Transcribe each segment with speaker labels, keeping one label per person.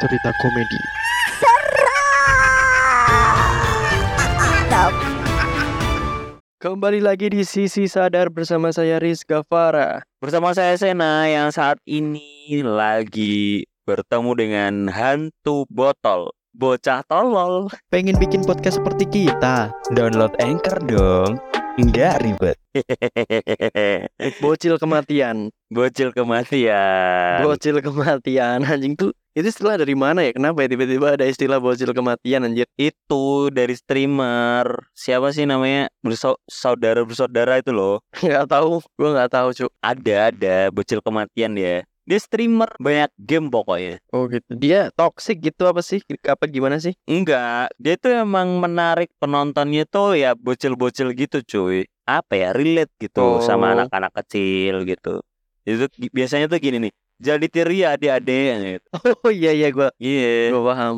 Speaker 1: cerita komedi. Kembali lagi di sisi sadar bersama saya Rizka Farah.
Speaker 2: Bersama saya Sena yang saat ini lagi bertemu dengan hantu botol, bocah tolol.
Speaker 1: Pengen bikin podcast seperti kita,
Speaker 3: Download Anchor dong. Nggak ribet.
Speaker 1: bocil kematian,
Speaker 2: Bocil kematian.
Speaker 1: bocil kematian anjing tuh. Itu istilah dari mana ya? Kenapa ya tiba-tiba ada istilah bocil kematian anjir?
Speaker 2: itu dari streamer. Siapa sih namanya? Berso- saudara bersaudara itu loh.
Speaker 1: Gak tahu, gua nggak tahu cuk.
Speaker 2: Ada ada bocil kematian ya. Dia streamer banyak game pokoknya.
Speaker 1: Oh gitu. Dia toxic gitu apa sih? Apa gimana sih?
Speaker 2: Enggak, dia tuh emang menarik penontonnya tuh ya bocil-bocil gitu cuy Apa ya, relate gitu
Speaker 1: Oh.
Speaker 2: sama anak-anak kecil gitu Itu gi- biasanya tuh gini nih Jadi tiri ya adik-adik gitu
Speaker 1: Oh iya iya gua
Speaker 2: Iya
Speaker 1: Gue paham.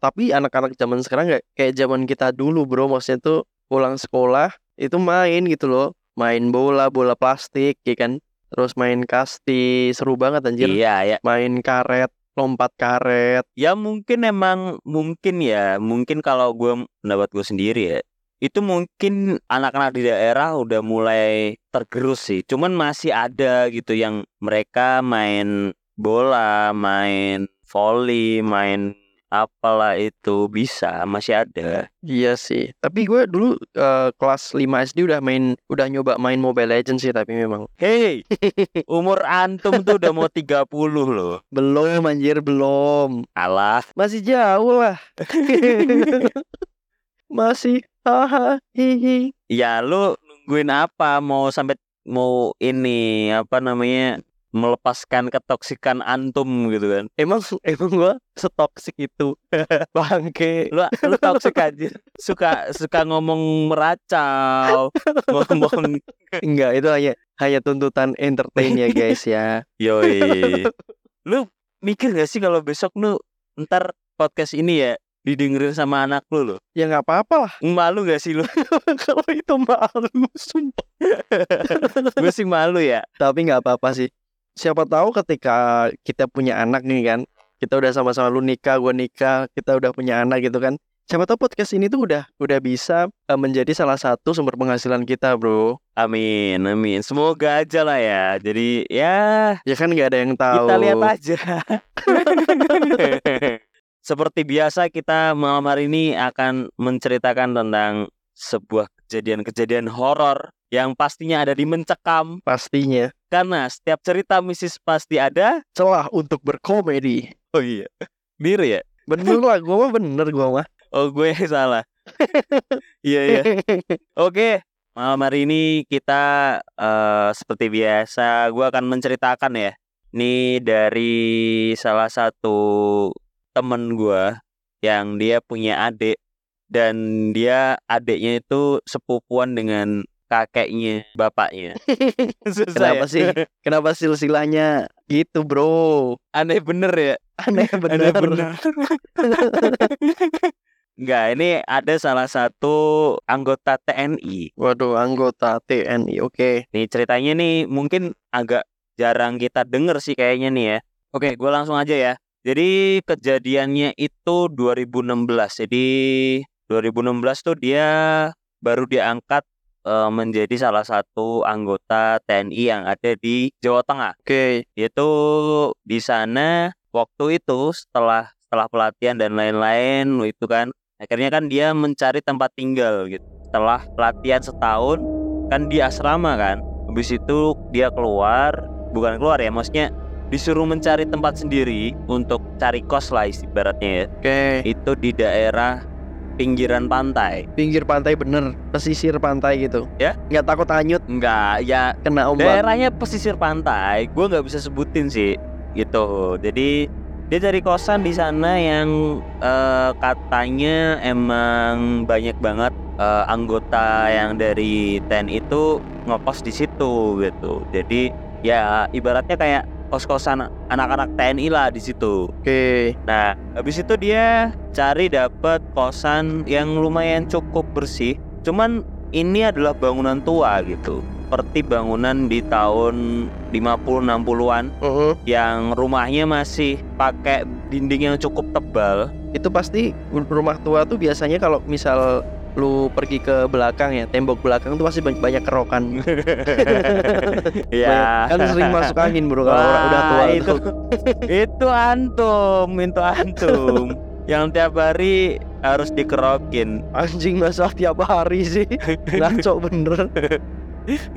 Speaker 1: Tapi anak-anak zaman sekarang nggak kayak zaman kita dulu, bro. Maksudnya tuh pulang sekolah itu main gitu loh, main bola, bola plastik, ya kan. Terus main kasti, seru banget anjir.
Speaker 2: Iya ya
Speaker 1: Main karet, lompat karet.
Speaker 2: Ya mungkin emang, mungkin ya Mungkin kalau gue, pendapat gue sendiri ya Itu mungkin anak-anak di daerah udah mulai tergerus sih Cuman masih ada gitu yang mereka main bola, main volley, main apalah itu bisa masih ada
Speaker 1: Iya sih. Tapi gue dulu eh, kelas 5 SD udah main, udah nyoba main Mobile Legends sih. Tapi memang
Speaker 2: Hei, umur antum tuh udah mau 30 loh.
Speaker 1: belum anjir belum.
Speaker 2: Alah,
Speaker 1: Masih jauh lah. Masih. Haha. Hihi.
Speaker 2: ya lu nungguin apa? Mau sampai mau ini apa namanya? melepaskan ketoksikan antum gitu kan.
Speaker 1: Emang emang gue setoksik itu bangke.
Speaker 2: Lu lu toksik aja. Suka suka ngomong meracau, ngomong
Speaker 1: Enggak itu hanya hanya tuntutan entertain ya guys ya.
Speaker 2: yoi. Lu mikir gak sih kalau besok lu ntar podcast ini ya didengerin sama anak lu loh.
Speaker 1: Ya nggak apa-apa lah
Speaker 2: Malu gak sih lu?
Speaker 1: kalau itu malu sumpah.
Speaker 2: Gue sih malu ya.
Speaker 1: Tapi nggak apa-apa sih. Siapa tahu ketika kita punya anak nih kan, kita udah sama-sama lu nikah, gua nikah, kita udah punya anak gitu kan. Siapa tahu podcast ini tuh udah udah bisa eh, menjadi salah satu sumber penghasilan kita, Bro.
Speaker 2: Amin, amin. Semoga aja lah ya. Jadi ya
Speaker 1: Ya kan nggak ada yang tahu.
Speaker 2: kita lihat aja. Seperti biasa kita malam hari ini akan menceritakan tentang sebuah kejadian-kejadian horor yang pastinya ada di mencekam
Speaker 1: Pastinya
Speaker 2: karena setiap cerita misis pasti ada.
Speaker 1: celah untuk berkomedi.
Speaker 2: Oh iya. Diri ya?
Speaker 1: Bener lah, gua mah bener gua mah.
Speaker 2: Oh gue yang salah. Iya iya. Oke, malam hari ini kita eh, seperti biasa gue akan menceritakan ya. Ini dari salah satu temen gue yang dia punya adik dan dia adiknya itu sepupuan dengan kakeknya bapaknya. Susah
Speaker 1: Kenapa sih? Kenapa silsilahnya gitu, Bro?
Speaker 2: Aneh bener ya.
Speaker 1: Aneh bener.
Speaker 2: Enggak, ini ada salah satu anggota TNI.
Speaker 1: Waduh, anggota TNI. Oke.
Speaker 2: Nih ceritanya nih mungkin agak jarang kita denger sih kayaknya nih ya. Oke, gue langsung aja ya. Jadi kejadiannya itu 2016. Jadi 2016 tuh dia baru diangkat eh, menjadi salah satu anggota TNI yang ada di Jawa Tengah.
Speaker 1: Oke.
Speaker 2: Yaitu di sana waktu itu setelah setelah pelatihan dan lain-lain itu kan akhirnya kan dia mencari tempat tinggal gitu. Setelah pelatihan setahun kan di asrama kan. Habis itu dia keluar, bukan keluar ya maksudnya disuruh mencari tempat sendiri untuk cari kos lah ibaratnya ya.
Speaker 1: Oke.
Speaker 2: Itu di daerah pinggiran pantai.
Speaker 1: Pinggir pantai bener, pesisir pantai gitu.
Speaker 2: Ya?
Speaker 1: Nggak takut hanyut
Speaker 2: Enggak, ya
Speaker 1: kena ombak.
Speaker 2: daerahnya pesisir pantai gue nggak bisa sebutin sih gitu jadi dia cari kosan di sana yang eh, katanya emang banyak banget eh, anggota yang dari TNI itu ngekos di situ gitu jadi ya ibaratnya kayak kos-kosan anak-anak TNI lah di situ
Speaker 1: Oke.
Speaker 2: Nah, habis itu dia cari dapat kosan yang lumayan cukup bersih. Cuman ini adalah bangunan tua gitu. Seperti bangunan di tahun 50-60-an
Speaker 1: Heeh.
Speaker 2: Uh-huh. yang rumahnya masih pakai dinding yang cukup tebal.
Speaker 1: itu pasti rumah tua tuh biasanya kalau misal lu pergi ke belakang ya tembok belakang tuh pasti banyak, banyak kerokan
Speaker 2: ya.
Speaker 1: kan sering masuk angin bro kalau orang udah tua
Speaker 2: Wah,
Speaker 1: itu
Speaker 2: itu itu antum, itu antum. yang tiap hari harus dikerokin.
Speaker 1: anjing masalah tiap hari sih ngaco bener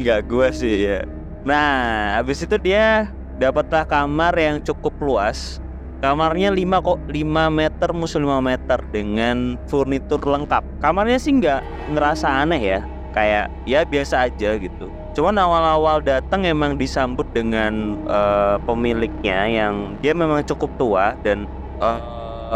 Speaker 2: Enggak gua sih ya. Nah, habis itu dia dapatlah kamar yang cukup luas. Kamarnya 5 kok 5 meter musuh 5 meter dengan furnitur lengkap. Kamarnya sih nggak ngerasa aneh ya. Kayak ya biasa aja gitu. Cuman awal-awal datang emang disambut dengan eh, pemiliknya yang dia memang cukup tua dan eh,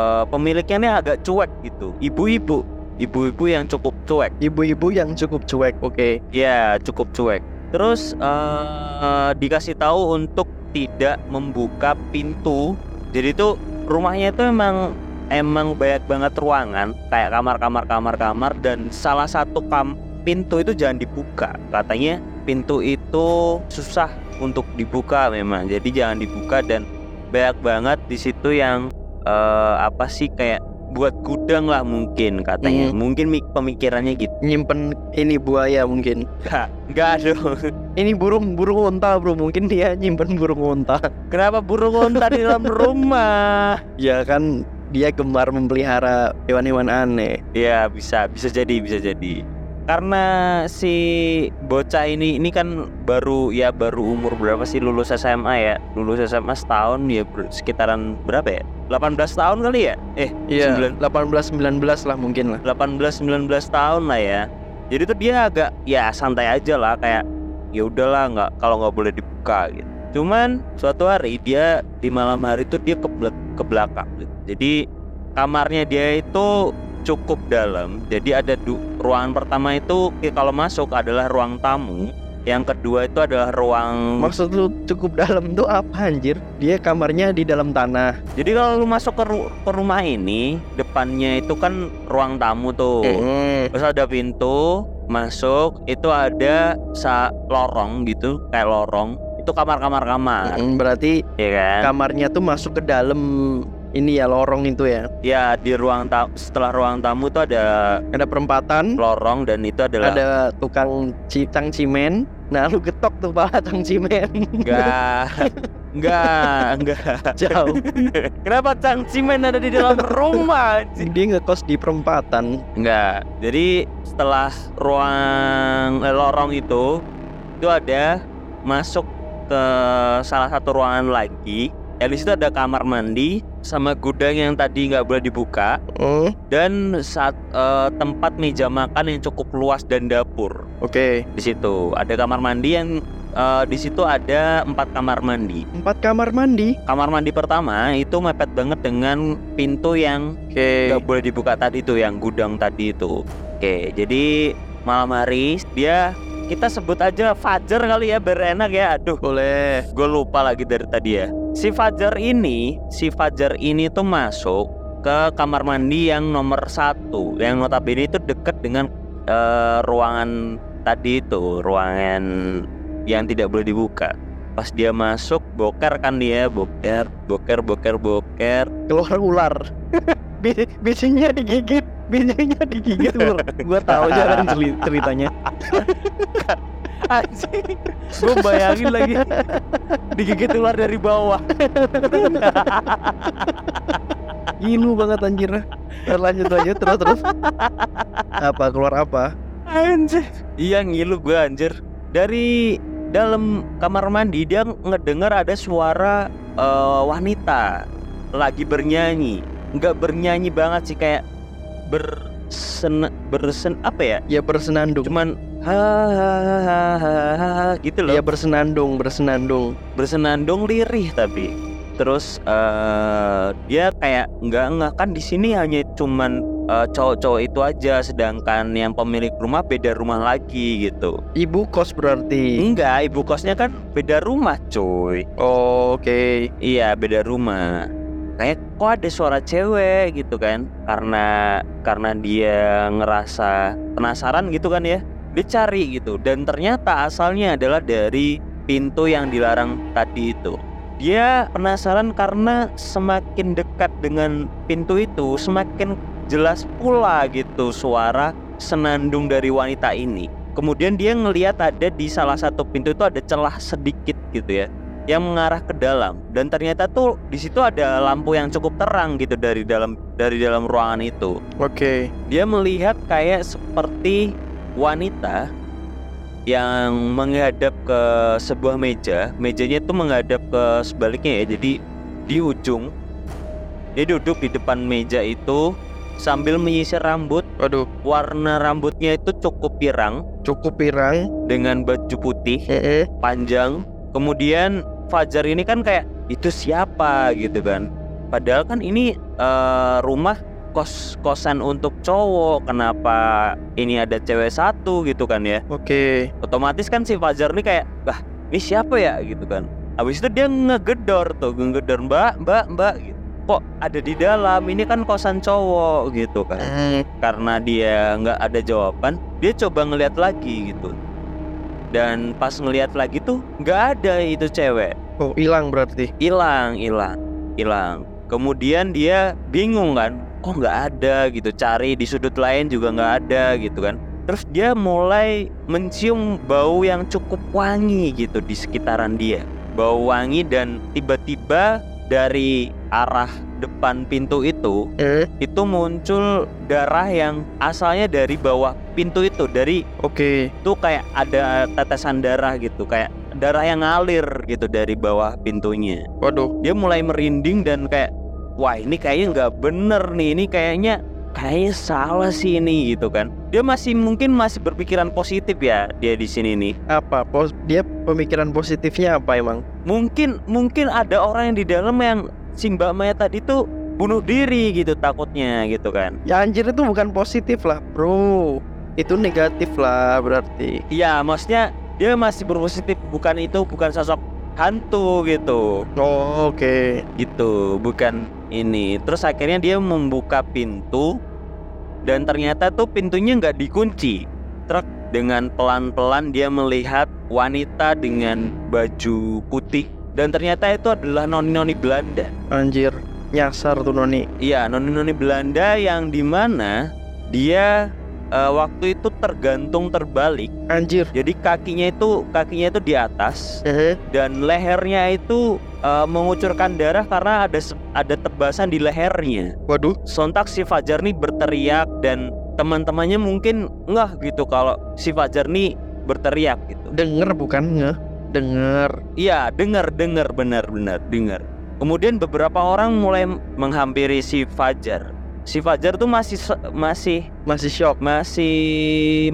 Speaker 2: eh, pemiliknya ini agak cuek gitu. Ibu-ibu, ibu-ibu yang cukup cuek.
Speaker 1: ibu-ibu yang cukup cuek oke
Speaker 2: Ya cukup cuek. Terus eh, dikasih tahu untuk tidak membuka pintu. Jadi tuh rumahnya itu emang emang banyak banget ruangan kayak kamar-kamar kamar-kamar dan salah satu kam pintu itu jangan dibuka. Katanya pintu itu susah untuk dibuka memang. Jadi jangan dibuka dan banyak banget di situ yang eh, apa sih kayak buat gudang lah mungkin katanya.
Speaker 1: Hmm.
Speaker 2: Mungkin mik- pemikirannya gitu.
Speaker 1: nyimpen ini buaya mungkin
Speaker 2: Nggak, nggak dong.
Speaker 1: ini burung burung unta bro mungkin dia nyimpen burung unta
Speaker 2: Kenapa burung unta di dalam rumah?
Speaker 1: ya kan dia gemar memelihara hewan-hewan aneh
Speaker 2: Ya bisa, bisa jadi, bisa jadi. Karena si bocah ini ini kan baru ya baru umur berapa sih lulus SMA ya? Lulus SMA setahun ya ber- sekitaran berapa ya? 18 tahun kali ya? Eh,
Speaker 1: Iya,
Speaker 2: Sembilan-
Speaker 1: 18-19 lah mungkin lah
Speaker 2: 18-19 tahun lah ya. Jadi tuh dia agak ya santai aja lah kayak ya udahlah nggak kalau nggak boleh dibuka gitu. Cuman suatu hari dia di malam hari tuh dia ke, ke belakang gitu. Jadi kamarnya dia itu cukup dalam. Jadi ada du- ruangan pertama itu ki- kalau masuk adalah ruang tamu, yang kedua itu adalah ruang
Speaker 1: Maksud lu cukup dalam tuh apa anjir? Dia kamarnya di dalam tanah.
Speaker 2: Jadi kalau lu masuk ke, ru- ke rumah ini, depannya itu kan ruang tamu
Speaker 1: Oh.
Speaker 2: tuh.
Speaker 1: Eh.
Speaker 2: Terus ada pintu masuk itu ada sa lorong gitu kayak lorong itu kamar-kamar kamar
Speaker 1: Mm, berarti
Speaker 2: ya kan
Speaker 1: kamarnya tuh masuk ke dalam ini ya lorong itu ya.
Speaker 2: ya di ruang ta- setelah ruang tamu itu ada
Speaker 1: Ada perempatan,
Speaker 2: lorong dan itu adalah
Speaker 1: ada tukang cicang cimen. Nah, lu getok tuh pala tang cimen
Speaker 2: enggak enggak enggak
Speaker 1: jauh.
Speaker 2: kenapa cang cimen ada di dalam rumah anjing?
Speaker 1: Dia ngekos di perempatan.
Speaker 2: enggak jadi setelah ruang eh, lorong itu itu ada masuk ke salah satu ruangan lagi ya di situ ada kamar mandi sama gudang yang tadi nggak boleh dibuka
Speaker 1: Mm,
Speaker 2: dan saat eh, tempat meja makan yang cukup luas dan dapur
Speaker 1: Oke,
Speaker 2: di situ ada kamar mandi yang eh, di situ ada empat kamar mandi
Speaker 1: empat kamar mandi.
Speaker 2: kamar mandi pertama itu mepet banget dengan pintu yang
Speaker 1: Oke.
Speaker 2: nggak boleh dibuka tadi itu yang gudang tadi itu oke jadi malam hari dia kita sebut aja Fajar kali ya biar enak ya aduh
Speaker 1: Boleh.
Speaker 2: gue lupa lagi dari tadi ya si Fajar ini si Fajar ini tuh masuk ke kamar mandi yang nomor satu yang notabene itu deket dengan eh, ruangan tadi itu ruangan yang tidak boleh dibuka pas dia masuk boker kan dia boker boker boker boker
Speaker 1: Keluar ular. Bi- Bijinya digigit, bijinya digigit ular. Gua tahu jalan celi- ceritanya.
Speaker 2: anjing gue bayangin lagi digigit ular dari bawah
Speaker 1: Gilu banget anjir Terus lanjut lanjut terus terus Apa keluar apa?
Speaker 2: Anjir. Iya ngilu gue anjir. Dari dalam kamar mandi dia ngedengar ada suara eh, wanita lagi bernyanyi. Nggak bernyanyi banget sih kayak bersen bersen apa ya?
Speaker 1: Ya bersenandung
Speaker 2: Cuman ha ha ha ha, ha, ha, ha, gitu loh.
Speaker 1: Ya bersenandung bersenandung
Speaker 2: Bersenandung lirih tapi terus eh, dia kayak nggak nggak kan di sini hanya cuman eh, cowok-cowok itu aja sedangkan yang pemilik rumah beda rumah lagi gitu
Speaker 1: Ibu kos berarti
Speaker 2: Enggak, ibu kosnya kan beda rumah, cuy.
Speaker 1: Oh, Oke
Speaker 2: Iya, beda rumah. Kayak kok ada suara cewek gitu kan? Karena karena dia ngerasa penasaran gitu kan ya. Dia cari gitu dan ternyata asalnya adalah dari pintu yang dilarang tadi itu. Dia penasaran karena semakin dekat dengan pintu itu, semakin jelas pula gitu suara senandung dari wanita ini. Kemudian dia ngelihat ada di salah satu pintu itu ada celah sedikit gitu ya yang mengarah ke dalam dan ternyata tuh di situ ada lampu yang cukup terang gitu dari dalam dari dalam ruangan itu
Speaker 1: Oke.
Speaker 2: dia melihat kayak seperti wanita yang menghadap ke sebuah meja. Mejanya itu menghadap ke sebaliknya ya. Jadi di ujung dia duduk di depan meja itu sambil menyisir rambut.
Speaker 1: Waduh,
Speaker 2: Warna rambutnya itu cukup pirang
Speaker 1: cukup pirang.
Speaker 2: dengan baju putih
Speaker 1: Heeh.
Speaker 2: panjang. Kemudian Fajar ini kan kayak itu siapa gitu kan. Padahal kan ini eh, rumah kos kosan untuk cowok. Kenapa ini ada cewek satu gitu kan ya?
Speaker 1: Oke.
Speaker 2: Otomatis kan si Fajar ini kayak, bah ini siapa ya gitu kan. Habis itu dia ngegedor tuh, ngegedor mbak, mbak, mbak gitu. Kok ada di dalam? Ini kan kosan cowok gitu kan
Speaker 1: Hmm,
Speaker 2: karena dia nggak ada jawaban dia coba ngeliat lagi gitu dan pas ngeliat lagi tuh nggak ada itu cewek
Speaker 1: Oh, hilang berarti.
Speaker 2: hilang hilang hilang kemudian dia bingung kan kok nggak ada gitu cari di sudut lain juga nggak ada gitu kan terus dia mulai mencium bau yang cukup wangi gitu di sekitaran dia bau wangi dan tiba-tiba dari arah depan pintu itu
Speaker 1: Eh,
Speaker 2: itu muncul darah yang asalnya dari bawah pintu itu dari
Speaker 1: oke.
Speaker 2: itu kayak ada tetesan darah gitu kayak darah yang ngalir gitu dari bawah pintunya
Speaker 1: Waduh.
Speaker 2: dia mulai merinding dan kayak wah ini kayaknya nggak bener nih ini kayaknya kayaknya salah sih ini gitu kan dia masih mungkin masih berpikiran positif ya dia di sini nih
Speaker 1: Apa? Pos- dia pemikiran positifnya apa emang?
Speaker 2: mungkin mungkin ada orang yang di dalam yang si Mbak Maya tadi tuh bunuh diri gitu takutnya gitu kan
Speaker 1: Ya anjir itu bukan positif lah, Bro. Itu negatif lah berarti.
Speaker 2: Iya, maksudnya dia masih berpositif, bukan itu bukan sosok hantu gitu.
Speaker 1: Oh, oke.
Speaker 2: Gitu, bukan ini. Terus akhirnya dia membuka pintu dan ternyata tuh pintunya nggak dikunci. Truk dengan pelan-pelan dia melihat wanita dengan baju putih dan ternyata itu adalah noni-noni Belanda.
Speaker 1: Anjir, nyasar tuh Noni.
Speaker 2: Iya, noni-noni Belanda yang dimana dia eh, waktu itu tergantung terbalik.
Speaker 1: Anjir.
Speaker 2: Jadi kakinya itu kakinya itu di atas,
Speaker 1: Eh,
Speaker 2: dan lehernya itu eh, mengucurkan darah karena ada se- ada tebasan di lehernya.
Speaker 1: waduh.
Speaker 2: Sontak si Fajar nih berteriak dan teman-temannya mungkin nggak gitu kalau si Fajar nih berteriak gitu.
Speaker 1: Denger bukan nge? Denger.
Speaker 2: Iya, dengar dengar benar benar dengar. Kemudian beberapa orang mulai menghampiri si Fajar. Si Fajar tuh masih se- masih
Speaker 1: Masih shock.
Speaker 2: masih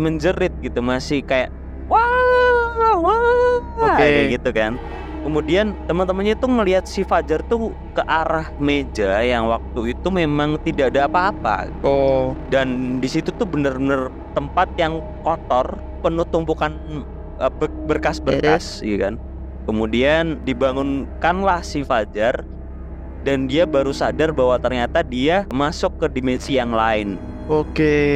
Speaker 2: menjerit gitu masih kayak wah wah
Speaker 1: Oke.
Speaker 2: kayak gitu kan kemudian teman-temannya tuh ngelihat si Fajar tuh ke arah meja yang waktu itu memang tidak ada apa-apa
Speaker 1: Oh,
Speaker 2: dan di situ tuh bener-bener tempat yang kotor penuh tumpukan eh, be- berkas-berkas iya kan kemudian dibangunkanlah si Fajar dan dia baru sadar bahwa ternyata dia masuk ke dimensi yang lain
Speaker 1: oke.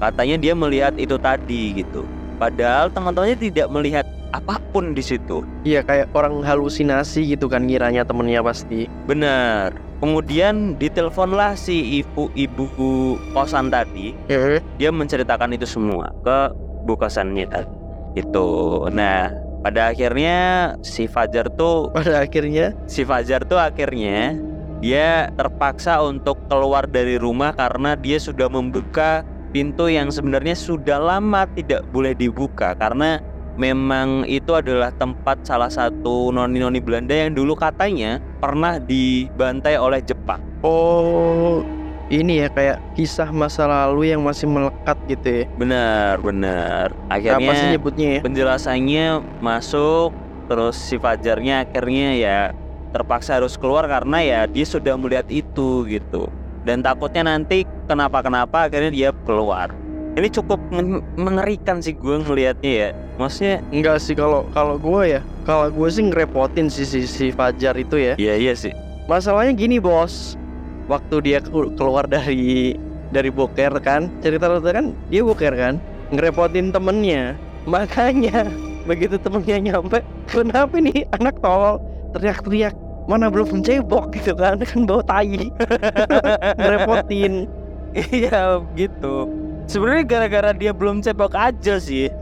Speaker 2: Katanya dia melihat itu tadi gitu. Padahal teman-temannya tidak melihat apapun di situ.
Speaker 1: Iya kayak orang halusinasi gitu kan ngiranya temennya pasti.
Speaker 2: Benar. Kemudian diteleponlah si ibu-ibu kosan tadi.
Speaker 1: Eh,
Speaker 2: Dia menceritakan itu semua ke bu kosannya tadi. Itu. Nah, pada akhirnya si Fajar tuh
Speaker 1: pada akhirnya
Speaker 2: si Fajar tuh akhirnya dia terpaksa untuk keluar dari rumah karena dia sudah membuka pintu yang sebenarnya sudah lama tidak boleh dibuka karena memang itu adalah tempat salah satu noni-noni Belanda yang dulu katanya pernah dibantai oleh Jepang.
Speaker 1: oh ini ya kayak kisah masa lalu yang masih melekat gitu ya.
Speaker 2: Benar, benar.
Speaker 1: Apa sih
Speaker 2: Akhirnya
Speaker 1: nyebutnya ya?
Speaker 2: penjelasannya masuk terus si Fajarnya akhirnya ya terpaksa harus keluar karena ya dia sudah melihat itu gitu dan takutnya nanti kenapa-kenapa akhirnya dia keluar ini cukup men- mengerikan sih gue ngelihatnya ya maksudnya
Speaker 1: Enggak sih kalau kalau gue ya, kalau gue sih ngerepotin si si, si Fajar itu ya.
Speaker 2: iya iya sih
Speaker 1: Masalahnya gini bos, waktu dia ke- keluar dari dari boker kan, cerita lu tadi kan dia boker kan, ngerepotin temennya. Makanya begitu temennya nyampe, kenapa nih anak tolol teriak-teriak mana belum cebok gitu kan kan bawa tai ngerepotin
Speaker 2: ya. Iya gitu. Sebenarnya gara-gara dia belum cebok aja sih.